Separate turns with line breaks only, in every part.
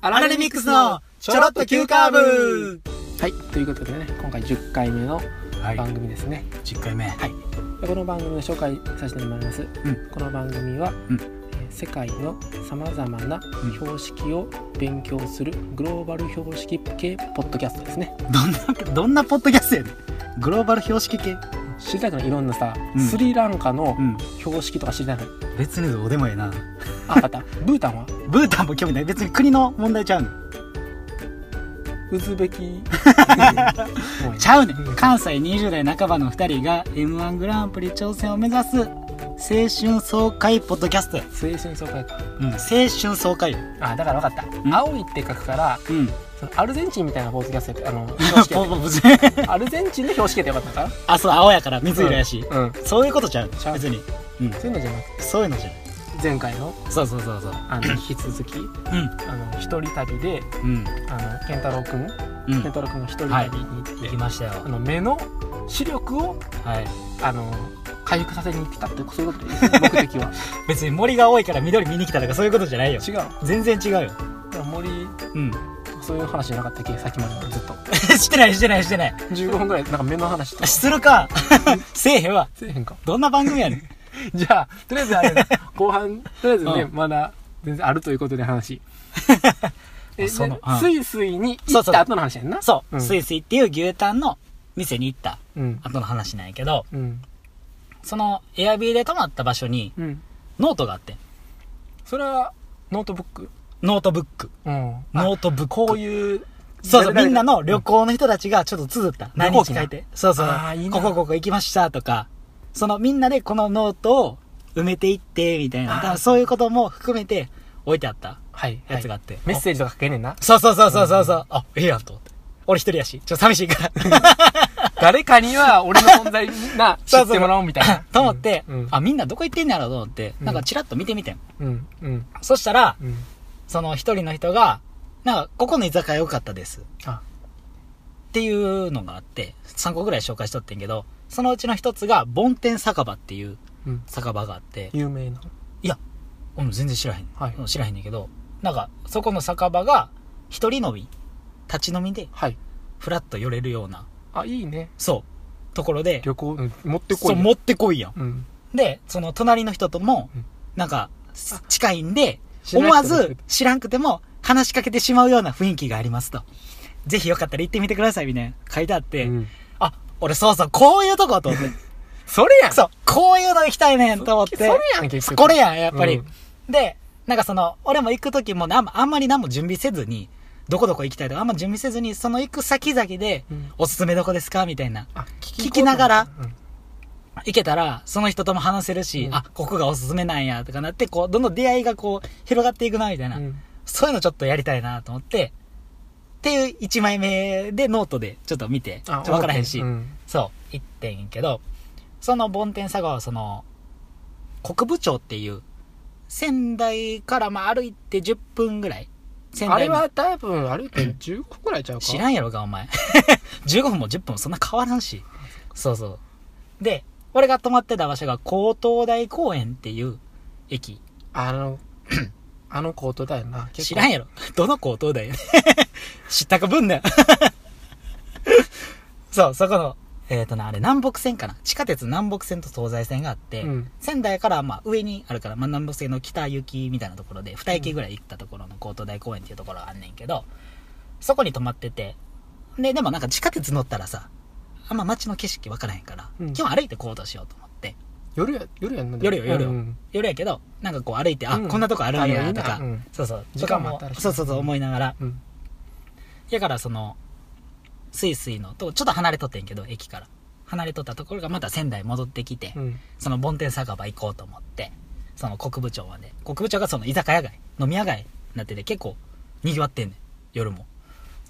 アラレミックスのちょろっと急カーブ
はいということでね今回10回目の
は
番組ですね、
10回目
でこの番組の紹介させてもらいます、
ん
この番組は、
うん
えー世界のさまざまな標識を勉強するグローバル標識系ポッドキャストですね
どんなどんなポッドキャストやねんグローバル標識系
知りたいのいろんなさ、
うん
スリランカの
うん
標識とか知りたいの
別にどうでもええな
あ分か ったブータンは
ブータンも興味ない別に国の問題ちゃうねん
ウズ ベキもう
ちゃうねん関西20代半ばの2人が m 1グランプリ挑戦を目指す青春爽快ポッドキャストや
青春爽快か
うん青春爽快よ
あだから分かった、
うん
青いって書くから
うん
そのアルゼンチンみたいなポッドキャストやってあの標識や
ポ
っ
ポポ全
てアルゼンチンの標識やってよかったか
あそう青やから水色やし、
なうん
そういうことちゃう
ちゃう
別に
そういうのじゃなくて
そういうのじゃない
前回の
そうそうそうそう
あの引き続き
う
あの一人旅で
ん
あの健太郎君
うんうん
健太郎君が一人旅に行って、
行きましたよ
あの目の視力を
はい
あの回復させに来たってそういうことです目的は
別に森が多いから緑見に来たとかそういうことじゃないよ
違うだか
全然違うよ
ら森
うん
そういう話じゃなかったっけさっきまでずっと
してないしてないしてない
15分ぐらいなんか目 の話とか
するかせえへんわ
せえへんか
どんな番組やね ん
じゃあとりあえず あれ後半とりあえずね、
うん
まだ全然あるということ で話え
その
で
うん
スイスイに行
そう
っ
そう
た後の話やんな
そう、
うん
スイスイっていう牛タンの店に行った
うん
後の話なんやけど
うん
そのエアビーで泊まった場所に
うん
ノートがあってん
それはノートブック
ノートブック
うん
ノートブック
こういう
そうそう、み
誰々が
んなの旅行の人たちがちょっと綴った。何
旅行
日書
記ない
て。そうそう
あーいい。な
ここここ行きましたとか、そのみんなでこのノートを埋めていって、みたいな。
あー
だからそういうことも含めて置いてあった
はい
やつがあって。
メッセージとか書けねえな
おそうそうそうそうそうそう。あ、ええやんと思って。俺一人やし、ちょっと寂しいから。
誰かには俺の存在な 知
そうそう
ってもらおうみたいな
と思って
うん、
あ、みんなどこ行ってんねやろうと思って、なんかチラッと見てみてん。
うんうん
そしたら、
うん
その一人の人が、なんか、ここの居酒屋良かったです。
あ
っていうのがあって、3個ぐらい紹介しとってんけど、そのうちの一つが、梵天酒場っていう
うん
酒場があって、
有名な
俺も全然知らへん。
はい
うん知らへんねんけど、なんか、そこの酒場が、一人飲み、立ち飲みで、
はい
ふらっと寄れるような、
あいいね
そう、ところで、
旅行うん持ってこ
そう、
い
持ってこいやん。
うん
で、その隣の人とも
うん、
なんか、す近いんで、
知ら
思
な
わ
くても
ず知らんくても話しかけてしまうような雰囲気がありますと。ぜひよかったら行ってみてくださいみたいな書いてあって、
うん
あ、俺そうそう、こういうとこと思って。
それや ん
そう、こういうの行きたいねんと思っ
そ
て。
れやん結局
これやん、やっぱり。
うん
で、なんかその、俺も行くときもなんあんまり何も準備せずに、どこどこ行きたいとかあんま準備せずに、その行く先々で、
うん
おすすめどこですかみたいな。
あ
聞きながら
うん
行けたら、その人とも話せるし、
うん
あ、ここがおすすめなんや、とかなって、こう、どんどん出会いがこう、広がっていくな、みたいな。
うん
そういうのちょっとやりたいな、と思って、っていう1枚目でノートでちょっと見て、ちょ
あ
っとわからへんし、
うん
そう、行ってんけど、その梵天佐川はその、国部町っていう、仙台からまあ歩いて10分ぐらい。仙
あ
台
れ
の
は多分歩いて15個くらいちゃうか
知らんやろか、お前。15分も10分もそんな変わらんし。そうそう。で、俺が泊まってた場所が高東大公園っていう駅。
あのあのコートだよな
知らん
や
やろ。 どの高東大やねん 知ったかぶんなよ。 そう、そこの、えっ、とな、あれ南北線かな。地下鉄南北線と東西線があって、
うん
仙台からまあ上にあるから、まあ、南北線の北行きみたいなところで、2駅ぐらい行ったところの高東大公園っていうところがあんねんけど、そこに泊まってて、で、でもなんか地下鉄乗ったらさ、あんま街の景色わからへんから、
うん
今日歩いて行動しようと思って、
夜や夜やんな
夜よ夜よ、
うん
夜やけどなんかこう歩いてあ、
うん
こんなとこあるんやとか、
あいいなうん
そうそう
時間もあったらしい
そうそうそう思いながら
うん
だからそのスイスイのとちょっと離れとってんけど駅から離れとったところがまた仙台戻ってきて、
うん
その梵天酒場行こうと思ってその国部町まで国部町がその居酒屋街飲み屋街になってて結構にぎわってんねん夜も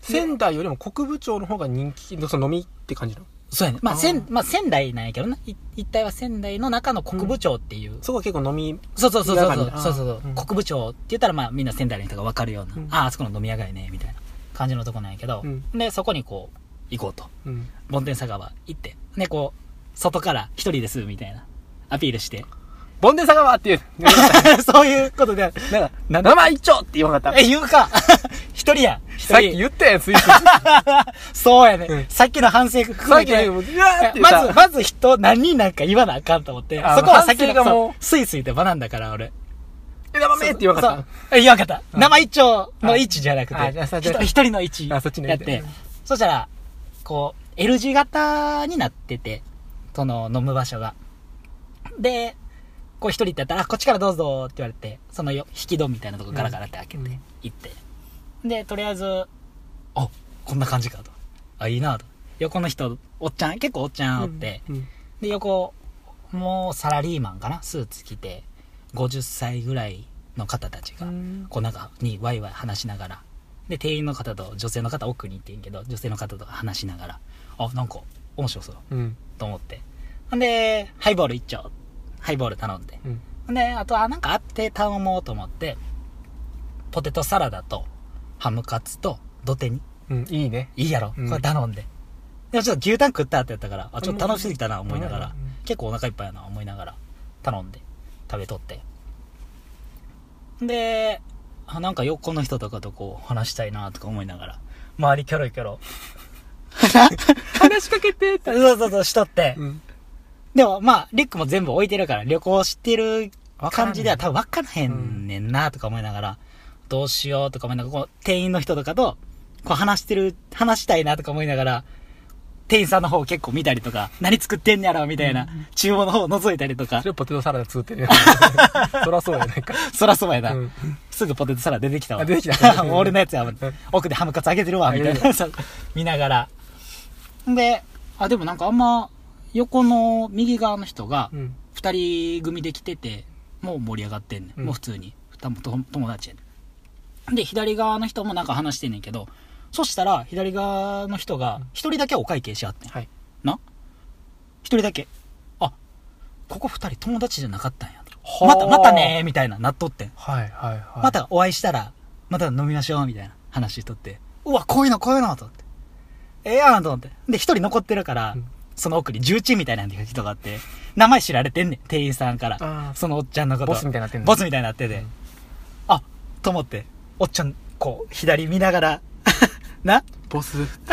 仙台よりも国部町の方が人気のその飲みって感じなの
そうやねんまあ
あー
仙まあ、仙台なんやけどない一帯は仙台の中の国部町っていう、
そこは結構飲み
そうそうそうそうそう
田舎に
そうそう、
うん
国部町って言ったらまあみんな仙台の人が分かるような、
うん
あああそこの飲み屋街ねみたいな感じのとこなんやけど、
うん
でそこにこう行こうと
うん
梵天酒場行ってでこう外から一人ですみたいなアピール して
ボンデ酒場っていう
そういうことで
なんか
なん
名前一丁って言わなかった
え言うか 一一人や。一人
さっき言ったやん、スイス。さ
そうやね、
うん
さっきの反省含
っ
め
きね、
て。
もううわーって言っ
まず、
た。
まず人、何人なんか言わなあかんと思って。そ
あ
こは先
反省がもう
の、スイスイって学んだから、俺。
枝豆って言わなかっ
そうえ言わんかった。
ん
生一丁の一じゃなく
あじゃあそ
て、
うじゃあ
人一人の一や
あそっち
っ
の一で
て、そしたら、こう、L 字型になってて、その、飲む場所が。で、こう一人ってやったら、あこっちからどうぞって言われて、そのよ引き戸みたいなとこガラガラって開け
う
て
ん、
行って。で、とりあえず、あ、こんな感じかと。あ、いいなと。横の人、おっちゃん、結構おっちゃ
た。
んお
う
っ
ん
て、
うん
で横もうサラリーマンかなスーツ着て50歳ぐらいの方たちが、こうなんかにワイワイ話しながらで店員の方と女性の方奥に行ってんけど女性の方と話しながらあなんか面白そう
うん。
と思ってほんでハイボール一丁ハイボール頼んで
うん。
ほんであとはなんかあって頼もうと思ってポテトサラダとハムカツと土手に
うん。いいね。
いいやろ、
うん
これ頼んででもちょっと牛タン食ったってやったからあちょっと楽しすぎたな思いながら、
うん
結構お腹いっぱいやな思いながら頼んで食べとってであなんか横の人とかとこう話したいなとか思いながら周りキョロキョロ
話しかけてって。
そうそうそうしとって、
うん。
でもまあリュックも全部置いてるから旅行してる感じでは
わか
多分分からへんねんなとか思いながら、どうしようとか思いながらこう店員の人とかとこう話してる話したいなとか思いながら店員さんの方結構見たりとか何作ってんねやろみたいな、厨房の方覗いたりとか
それポテトサラダ作って るやつそらそうやないか。
そらそうやな、
うん。
すぐポテトサラダ出てきたわ。
あ出てき た
俺のやつやわ
うん。
奥でハムカツあげてるわ、みたい
あ
な。そう見ながら。で、あ、でもなんかあんま、横の右側の人が
う、ん。
二人組で来てて、もう盛り上がってんね、。
うんん
もう普通に。二人も友達やねんで、左側の人もなんか話してんねんけど、そしたら、左側の人が、一人だけお会計しあってん。
はい。
な一人だけ。あ、ここ二人友達じゃなかったんや。
はあ
また、またねーみたいな、なっとってん。
はいはいはい。
ま。たお会いしたら、また飲みましょう、みたいな話しとって、うわ、こういうの、こういうの、と思って。ええやん、と思って。で、一人残ってるから、
うん
その奥に重鎮みたいな人があって、名前知られてんねん、店員さんか
あ
ら。
ー
そのおっちゃんのこと。
ボスみたいになってんの
ボスみたいになってて。あ、と思って、おっちゃん、こう、左見ながら、 な、
ボ ス。
振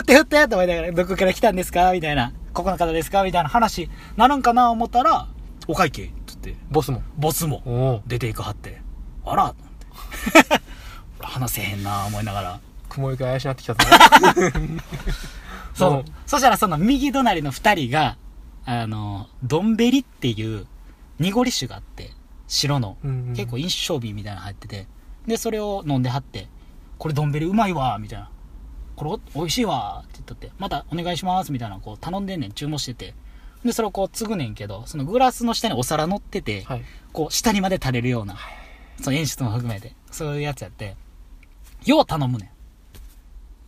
って振ってと思いながら、どこから来たんですかみたいな。ここの方ですかみたいな話、なるんかな思ったら、お会計、つって、
ボスも。
ボスも。
おお。
出ていくはってあらと 思って話せへんな思いながら
雲行き怪しなってきた ぞ。
そう、
うん
そしたらその右隣の2人があのどんべりっていう濁り酒があって白の、
うんうん
結構印象瓶みたいなの入っててでそれを飲んではって「これどんべりうまいわ」みたいな「これお美味しいわ」って言っとって「またお願いします」みたいなのこう頼んでんねん注文しててでそれをこう継ぐねんけどそのグラスの下にお皿乗ってて、
はい。
こう、下にまで垂れるような、その演出も含めて、そういうやつやって、よう頼むね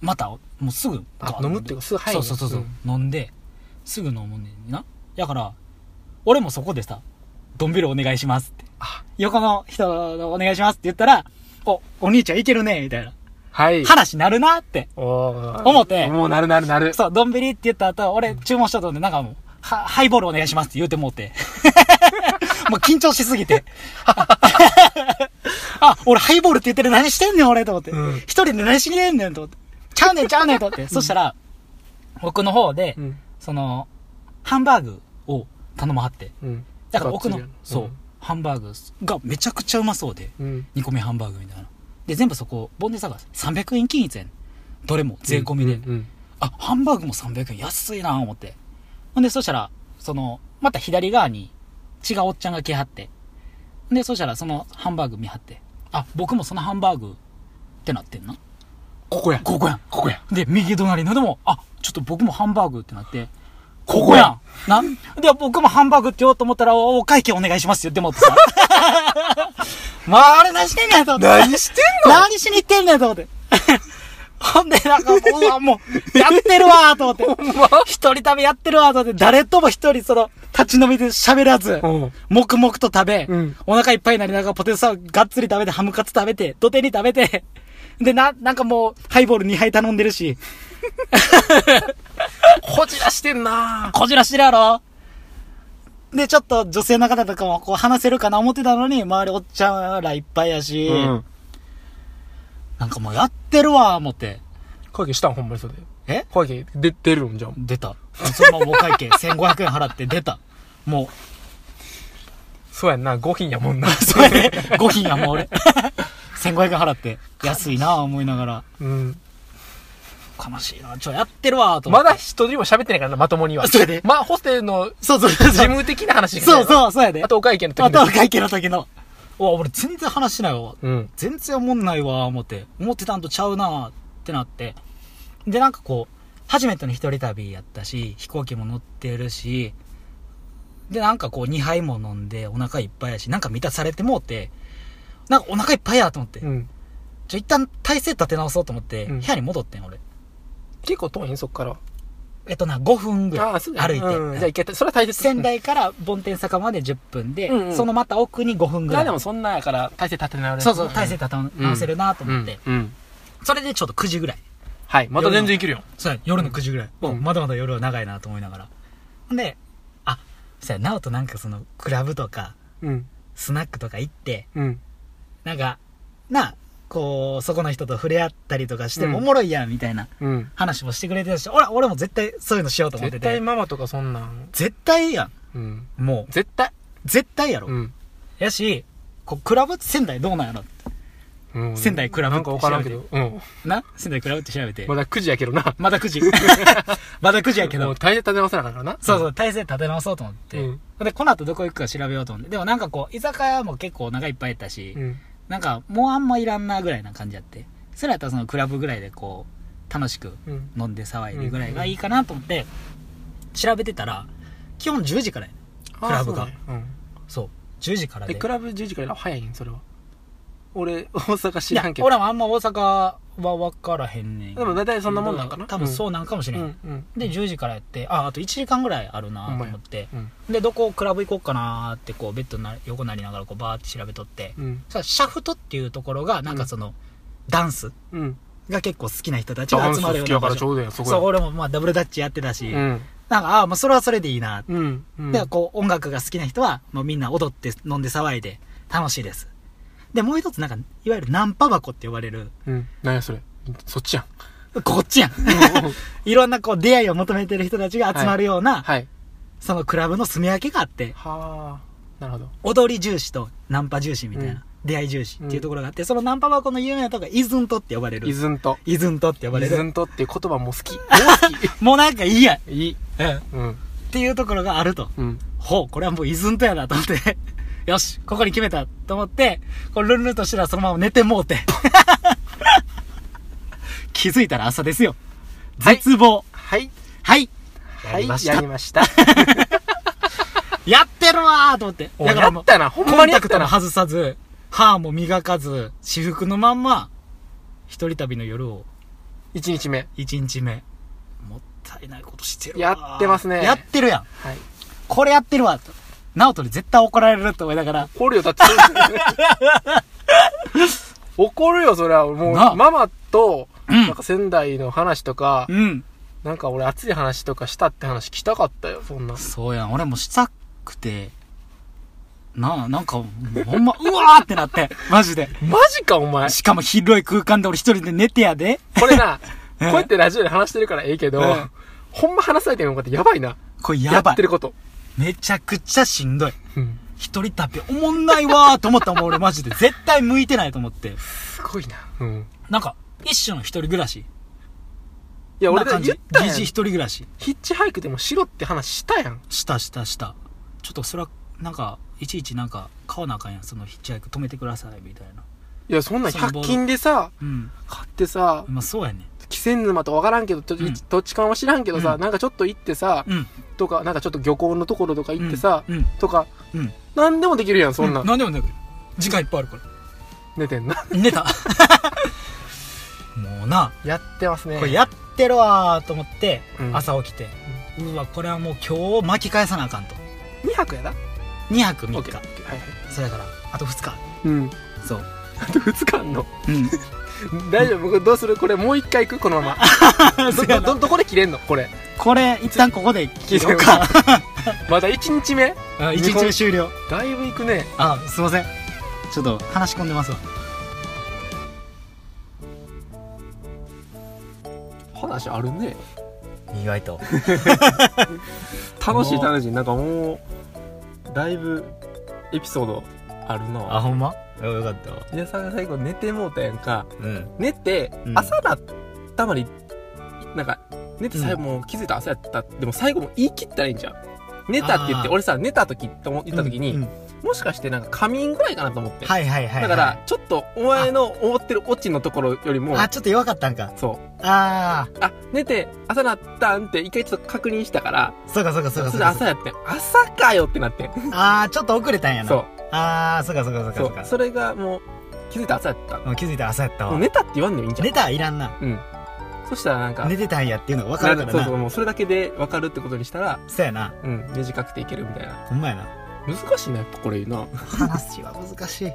ん。また、もうすぐ、
あ飲むっていうかすぐ入る
そう
の
そうそうそう、飲んで、すぐ飲むねんな。だから、俺もそこでさ、ドンビルお願いしますって。
あ、
横の人のお願いしますって言ったら、お、お兄ちゃんいけるね、みたいな。
はい。
話なるなって。
おお。
思って
もうなるなるなる。
そう、ドンビリって言った後、俺注文したと思って、なんかもう、は、ハイボールお願いしますって言うてもうて。 もう緊張しすぎて。 あ、俺ハイボールって言ってる何してんねん俺と思って。一、
うん
人で何しにねんねんと思って。ちゃうねんちゃうねんと思って。そしたら、僕の方で、
うん。
その、ハンバーグを頼まはって。
うん。
だから奥の、そう、
ん
ハンバーグがめちゃくちゃうまそうで。
うん。
煮込みハンバーグみたいな。で、全部そこ、ボンデ探し。300円均一やねん。どれも税込みで。
うんうん。
あ、ハンバーグも300円安いな思って。ほんで、そしたら、その、また左側に違うおっちゃんが来はって。で、そしたらそのハンバーグ見張って。あ、僕もそのハンバーグってなってんな。
ここや。
ここやん。
ここや。
で、右隣のでも、あ、ちょっと僕もハンバーグってなって、ここやん。なで、僕もハンバーグって言おうと思ったら、おお会計お願いしますよって思って さ。まあ、あれ何してんねんと思って。
何してんの
何しに行ってんねんと思って。ほんで、なんかもう、うわ、もう、やってるわーと思って。一人旅やってるわーと思って、誰とも一人、その、立ち飲みで喋らず
うん、
黙々と食べ、
うん
お腹いっぱいになりながらポテトサラダがっつり食べて、ハムカツ食べて、土手に食べて、で、な、なんかもう、ハイボール2杯頼んでるし、
こじらしてんな
こじらしてるやろで、ちょっと女性の方とかもこう話せるかな思ってたのに、周りおっちゃんらいっぱいやし、
うん。
なんかもうやってるわ、思って。
会計したんほんまにそれで。
え
会計で出るんじゃん。
出た。そのままお会計1500円払って出た。も
そうやんな、5品やもんな。
う、それで5品やもう俺。1500円払って、安いなぁ思いながら、
うん。
悲しいなちょ、やってるわと思っ
ま
て。
だ一人も喋ってないからな、まともには。
それで
まあ、ホステルの
そうそうそう。
事
そう
務的な話みたい
そ
な
うそう、そうやで。
あと、お会計の時
あ
に
とは会計の時の。うわ、俺全然話しないわ。
うん。
全然思んないわ、思って。思ってたんとちゃうなってなって。で、なんかこう、初めての一人旅やったし、飛行機も乗ってるし、で、なんかこう、2杯も飲んで、お腹いっぱいやし、なんか満たされてもうて、なんかお腹いっぱいやと思って。
うん。
じゃ、一旦体勢立て直そうと思って、
うん
部屋に戻ってん、俺。
結構遠いん、そっから。
えっとな、5分ぐらい
ああ、そうだ
歩いて。
うんじゃあ、いけた。それは大切
仙台から梵天坂まで10分で、
うんうん
そのまた奥に5分
ぐ
ぐらい。
でも、そんなやから、体勢立て直れる。
そうそう、体勢立て直せるなと思って、
うん。うん。
それでちょうど9時ぐらい。
はい。また全然いけるよ。
そうや夜の9時ぐらい、
うん
おまだまだ夜は長いなと思いながら。ほんで、あ、そうや、なおとなんかその、クラブとか、
うん。
スナックとか行って、
うん。
なんか、なあ、こう、そこの人と触れ合ったりとかしてもお
うん
もろいやん、みたいな
うん。
話もしてくれてたし、俺俺も絶対そういうのしようと思って
絶対
て。
ママとかそんなん。
絶対や
うん。
ん。も
絶対。
う、絶対やろ。
うん。
やし、こう、クラブって仙台どうなんやろ
うん
仙台クラブ
なんかわからんけど。うん。
な仙台クラブって調べて。
まだ9時やけどな。
まだ9時。まだ9時やけど
もう。体勢立て直せなあかんからな。
そうそう、体勢立て直そうと思って。
うん
で、この後どこ行くか調べようと思って。でもなんかこう、居酒屋も結構お腹いっぱいやったし、
うん。
なんかもうあんまいらんなぐらいな感じやって。それやったらそのクラブぐらいでこう、楽しく
うん。
飲んで騒いでぐらいがいいかなと思って、調べてたら、基本10時からやね
あー
クラブが
そうねうん。
そう。10時から
え、
で。
クラブ10時からやろ早いねん、それは。俺、大阪知
いや
らんけど。
俺もあんま大阪は分からへんねん。
でも大体そんなもんなんかな。
多分そうなんかもし
う
れ
ん
ん。
うん。
で、10時からやって、あ、あと1時間ぐらいあるなと思って。
うん。
でどこクラブ行こうかなーってこうベッドな横なりながらこうバーって調べとって
うん。
そしたらシャフトっていうところがなんかその、ダンス
うん。
が結構好きな人たちが集まるような場所
うどや、そ
そう俺もまあダブルダッチやってたし、
うん。
なんかああまあそれはそれでいいな、
うん。うん
でこう音楽が好きな人はもうみんな踊って飲んで騒いで楽しいですでもう一つなんかいわゆるナンパ箱って呼ばれる
うん。何やそれ。そっちやん。
こっちやん いろんなこう出会いを求めてる人たちが集まるような、
はい。
そのクラブの住み分けがあって
はあ。なるほど。
踊り重視とナンパ重視みたいな、
うん
出会い重視っていうところがあって、そのナンパ箱の有名なとこがイズントって呼ばれる
イズンと。
イズントって呼ば
イ
れ
ズ
る
ンとっていう言葉も好き。
もうなんかいいやん、
いい。
っ
うん。
ていうところがあると
うん。
ほうこれはもうイズントやなと思って よしここに決めたと思ってこうルンルンとしたらそのまま寝てもうて 気づいたら朝ですよ
はい
絶望
はい。
はい、
は
やりま
い。
した
やりま した。
やってるわーと思って
おや
だからも
っ
う
たな。ほん
コ
ま
ン
にや
タ
っ
ク
た
トも
な。
外さず、歯も磨かず、私服のまんま、一人旅の夜を、
1日目。
一日目。もったいないことしてるわ。
やってますね
やってるやん。
はい。
これやってるわ。とナオトに絶対怒られると思いながら、
怒るよ、だって。怒るよ、それは。もう、
なあ
ママと、
うん
なんか仙台の話とか、
うん。
なんか俺熱い話とかしたって話聞きたかったよ、そんな。
そうやん。俺もしたくて、なあ、なんか、もうほんま、うわーってなって、マジで。
マジか、お前。
しかも広い空間で俺一人で寝てやで。
こ れな、
うん
こうやってラジオで話してるからええけど、
うん
ほんま話されてるのかってやばいな。
これやば
って
い
る。こと。
めちゃくちゃしんどい。
うん。
一人旅おもんないわーと思ったもん俺マジで。絶対向いてないと思って。
すごいな。うん。
なんか、一種の一人暮らし。
いや、俺
な
だ
感じ
言った
疑
やん
似一人暮らし。
ヒッチハイクでもしろって話したやん。
したしたした。ちょっとそれは、なんか、いちいちなんか、買わなあかんやん。そのヒッチハイク止めてください、みたいな。
いや、そんなん
そのボー
100
ル
均でさ、
うん。
買ってさ、
まあそうやね。
気仙沼とわからんけど、どっち
うん
どっちかは知らんけどさ、
うん
なんかちょっと行ってさ、
うん。
とか、なんかちょっと漁港のところとか行ってさ、
うん。
とか、
うん。
なんでもできるやん、そんなん。
なんでもなく。時間いっぱいあるか
寝てんな。
ら。寝た。もうな、
やってますね。
こ れやってるわーと思って、
うん
朝起きて、うわ、これはもう今日巻き返さなあかんと。
2泊やな。
2泊
オ
3
ッケー
日
オ。ッケーはいはい。
それだから、あと2日。
うん。
そう。
あと2日あんの。
うん。
大丈夫これどうするこれもう一回行くこのままどどどどこで切れんのこれ
これ、一旦ここで聞いてようか。
まだ1日目
1日目終了。
だいぶ行くね
あ、すいません。ちょっと話し込んでますわ。
話あるね
意外と。
楽しい
もう
楽しいなんかもうだいぶエピソードある
あ、
な
ほんまあよかったわ。
皆さんが最後寝てもうたやんか
うん。
寝て、
うん
朝だったまになんか寝て最後もう気づいた朝やった、でも最後も言い切ったらいいんじゃん寝たって言って
あー
俺さ寝た時って思言った時に、
うんうん
もしかしてなんか仮眠ぐらいかなと思って、
はいはいはいはい。
だから、ちょっとお前の思ってるオチのところよりも
あ、ちょっと弱かったんか。
そう
あ
あ寝て朝だったんって一回ちょっと確認したから
あ、そうかそうかそうか
そ
そう
れで
か。
朝やってん朝かよってなってん
ああ、ちょっと遅れたんやな。
そう
ああ、そうかそうかそうか
そ
そううか。
それがもう気づいた朝やった
もう気づいたら朝やった
もう
わ。
寝たって言わんでもいいんじゃん
寝たらいらんな。
うんそしたらなんか
寝てたんやっていうのが分かるから
そう
な。
そうもうそれだけで分かるってことにしたら
そうやな。
うん短くていけるみたいな
ほんまやな。
難しいなやっぱこれな
話は難しい。